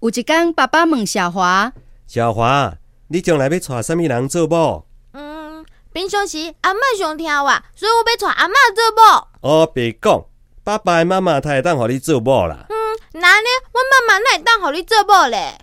有一天，爸爸问小华，小华，你将来要娶什么人做某？嗯，平常时阿嬷上听话，所以我要娶阿嬷做某。哦，别讲，爸爸的妈妈才会当互你做某啦。那呢，我妈妈哪会当互你做某咧？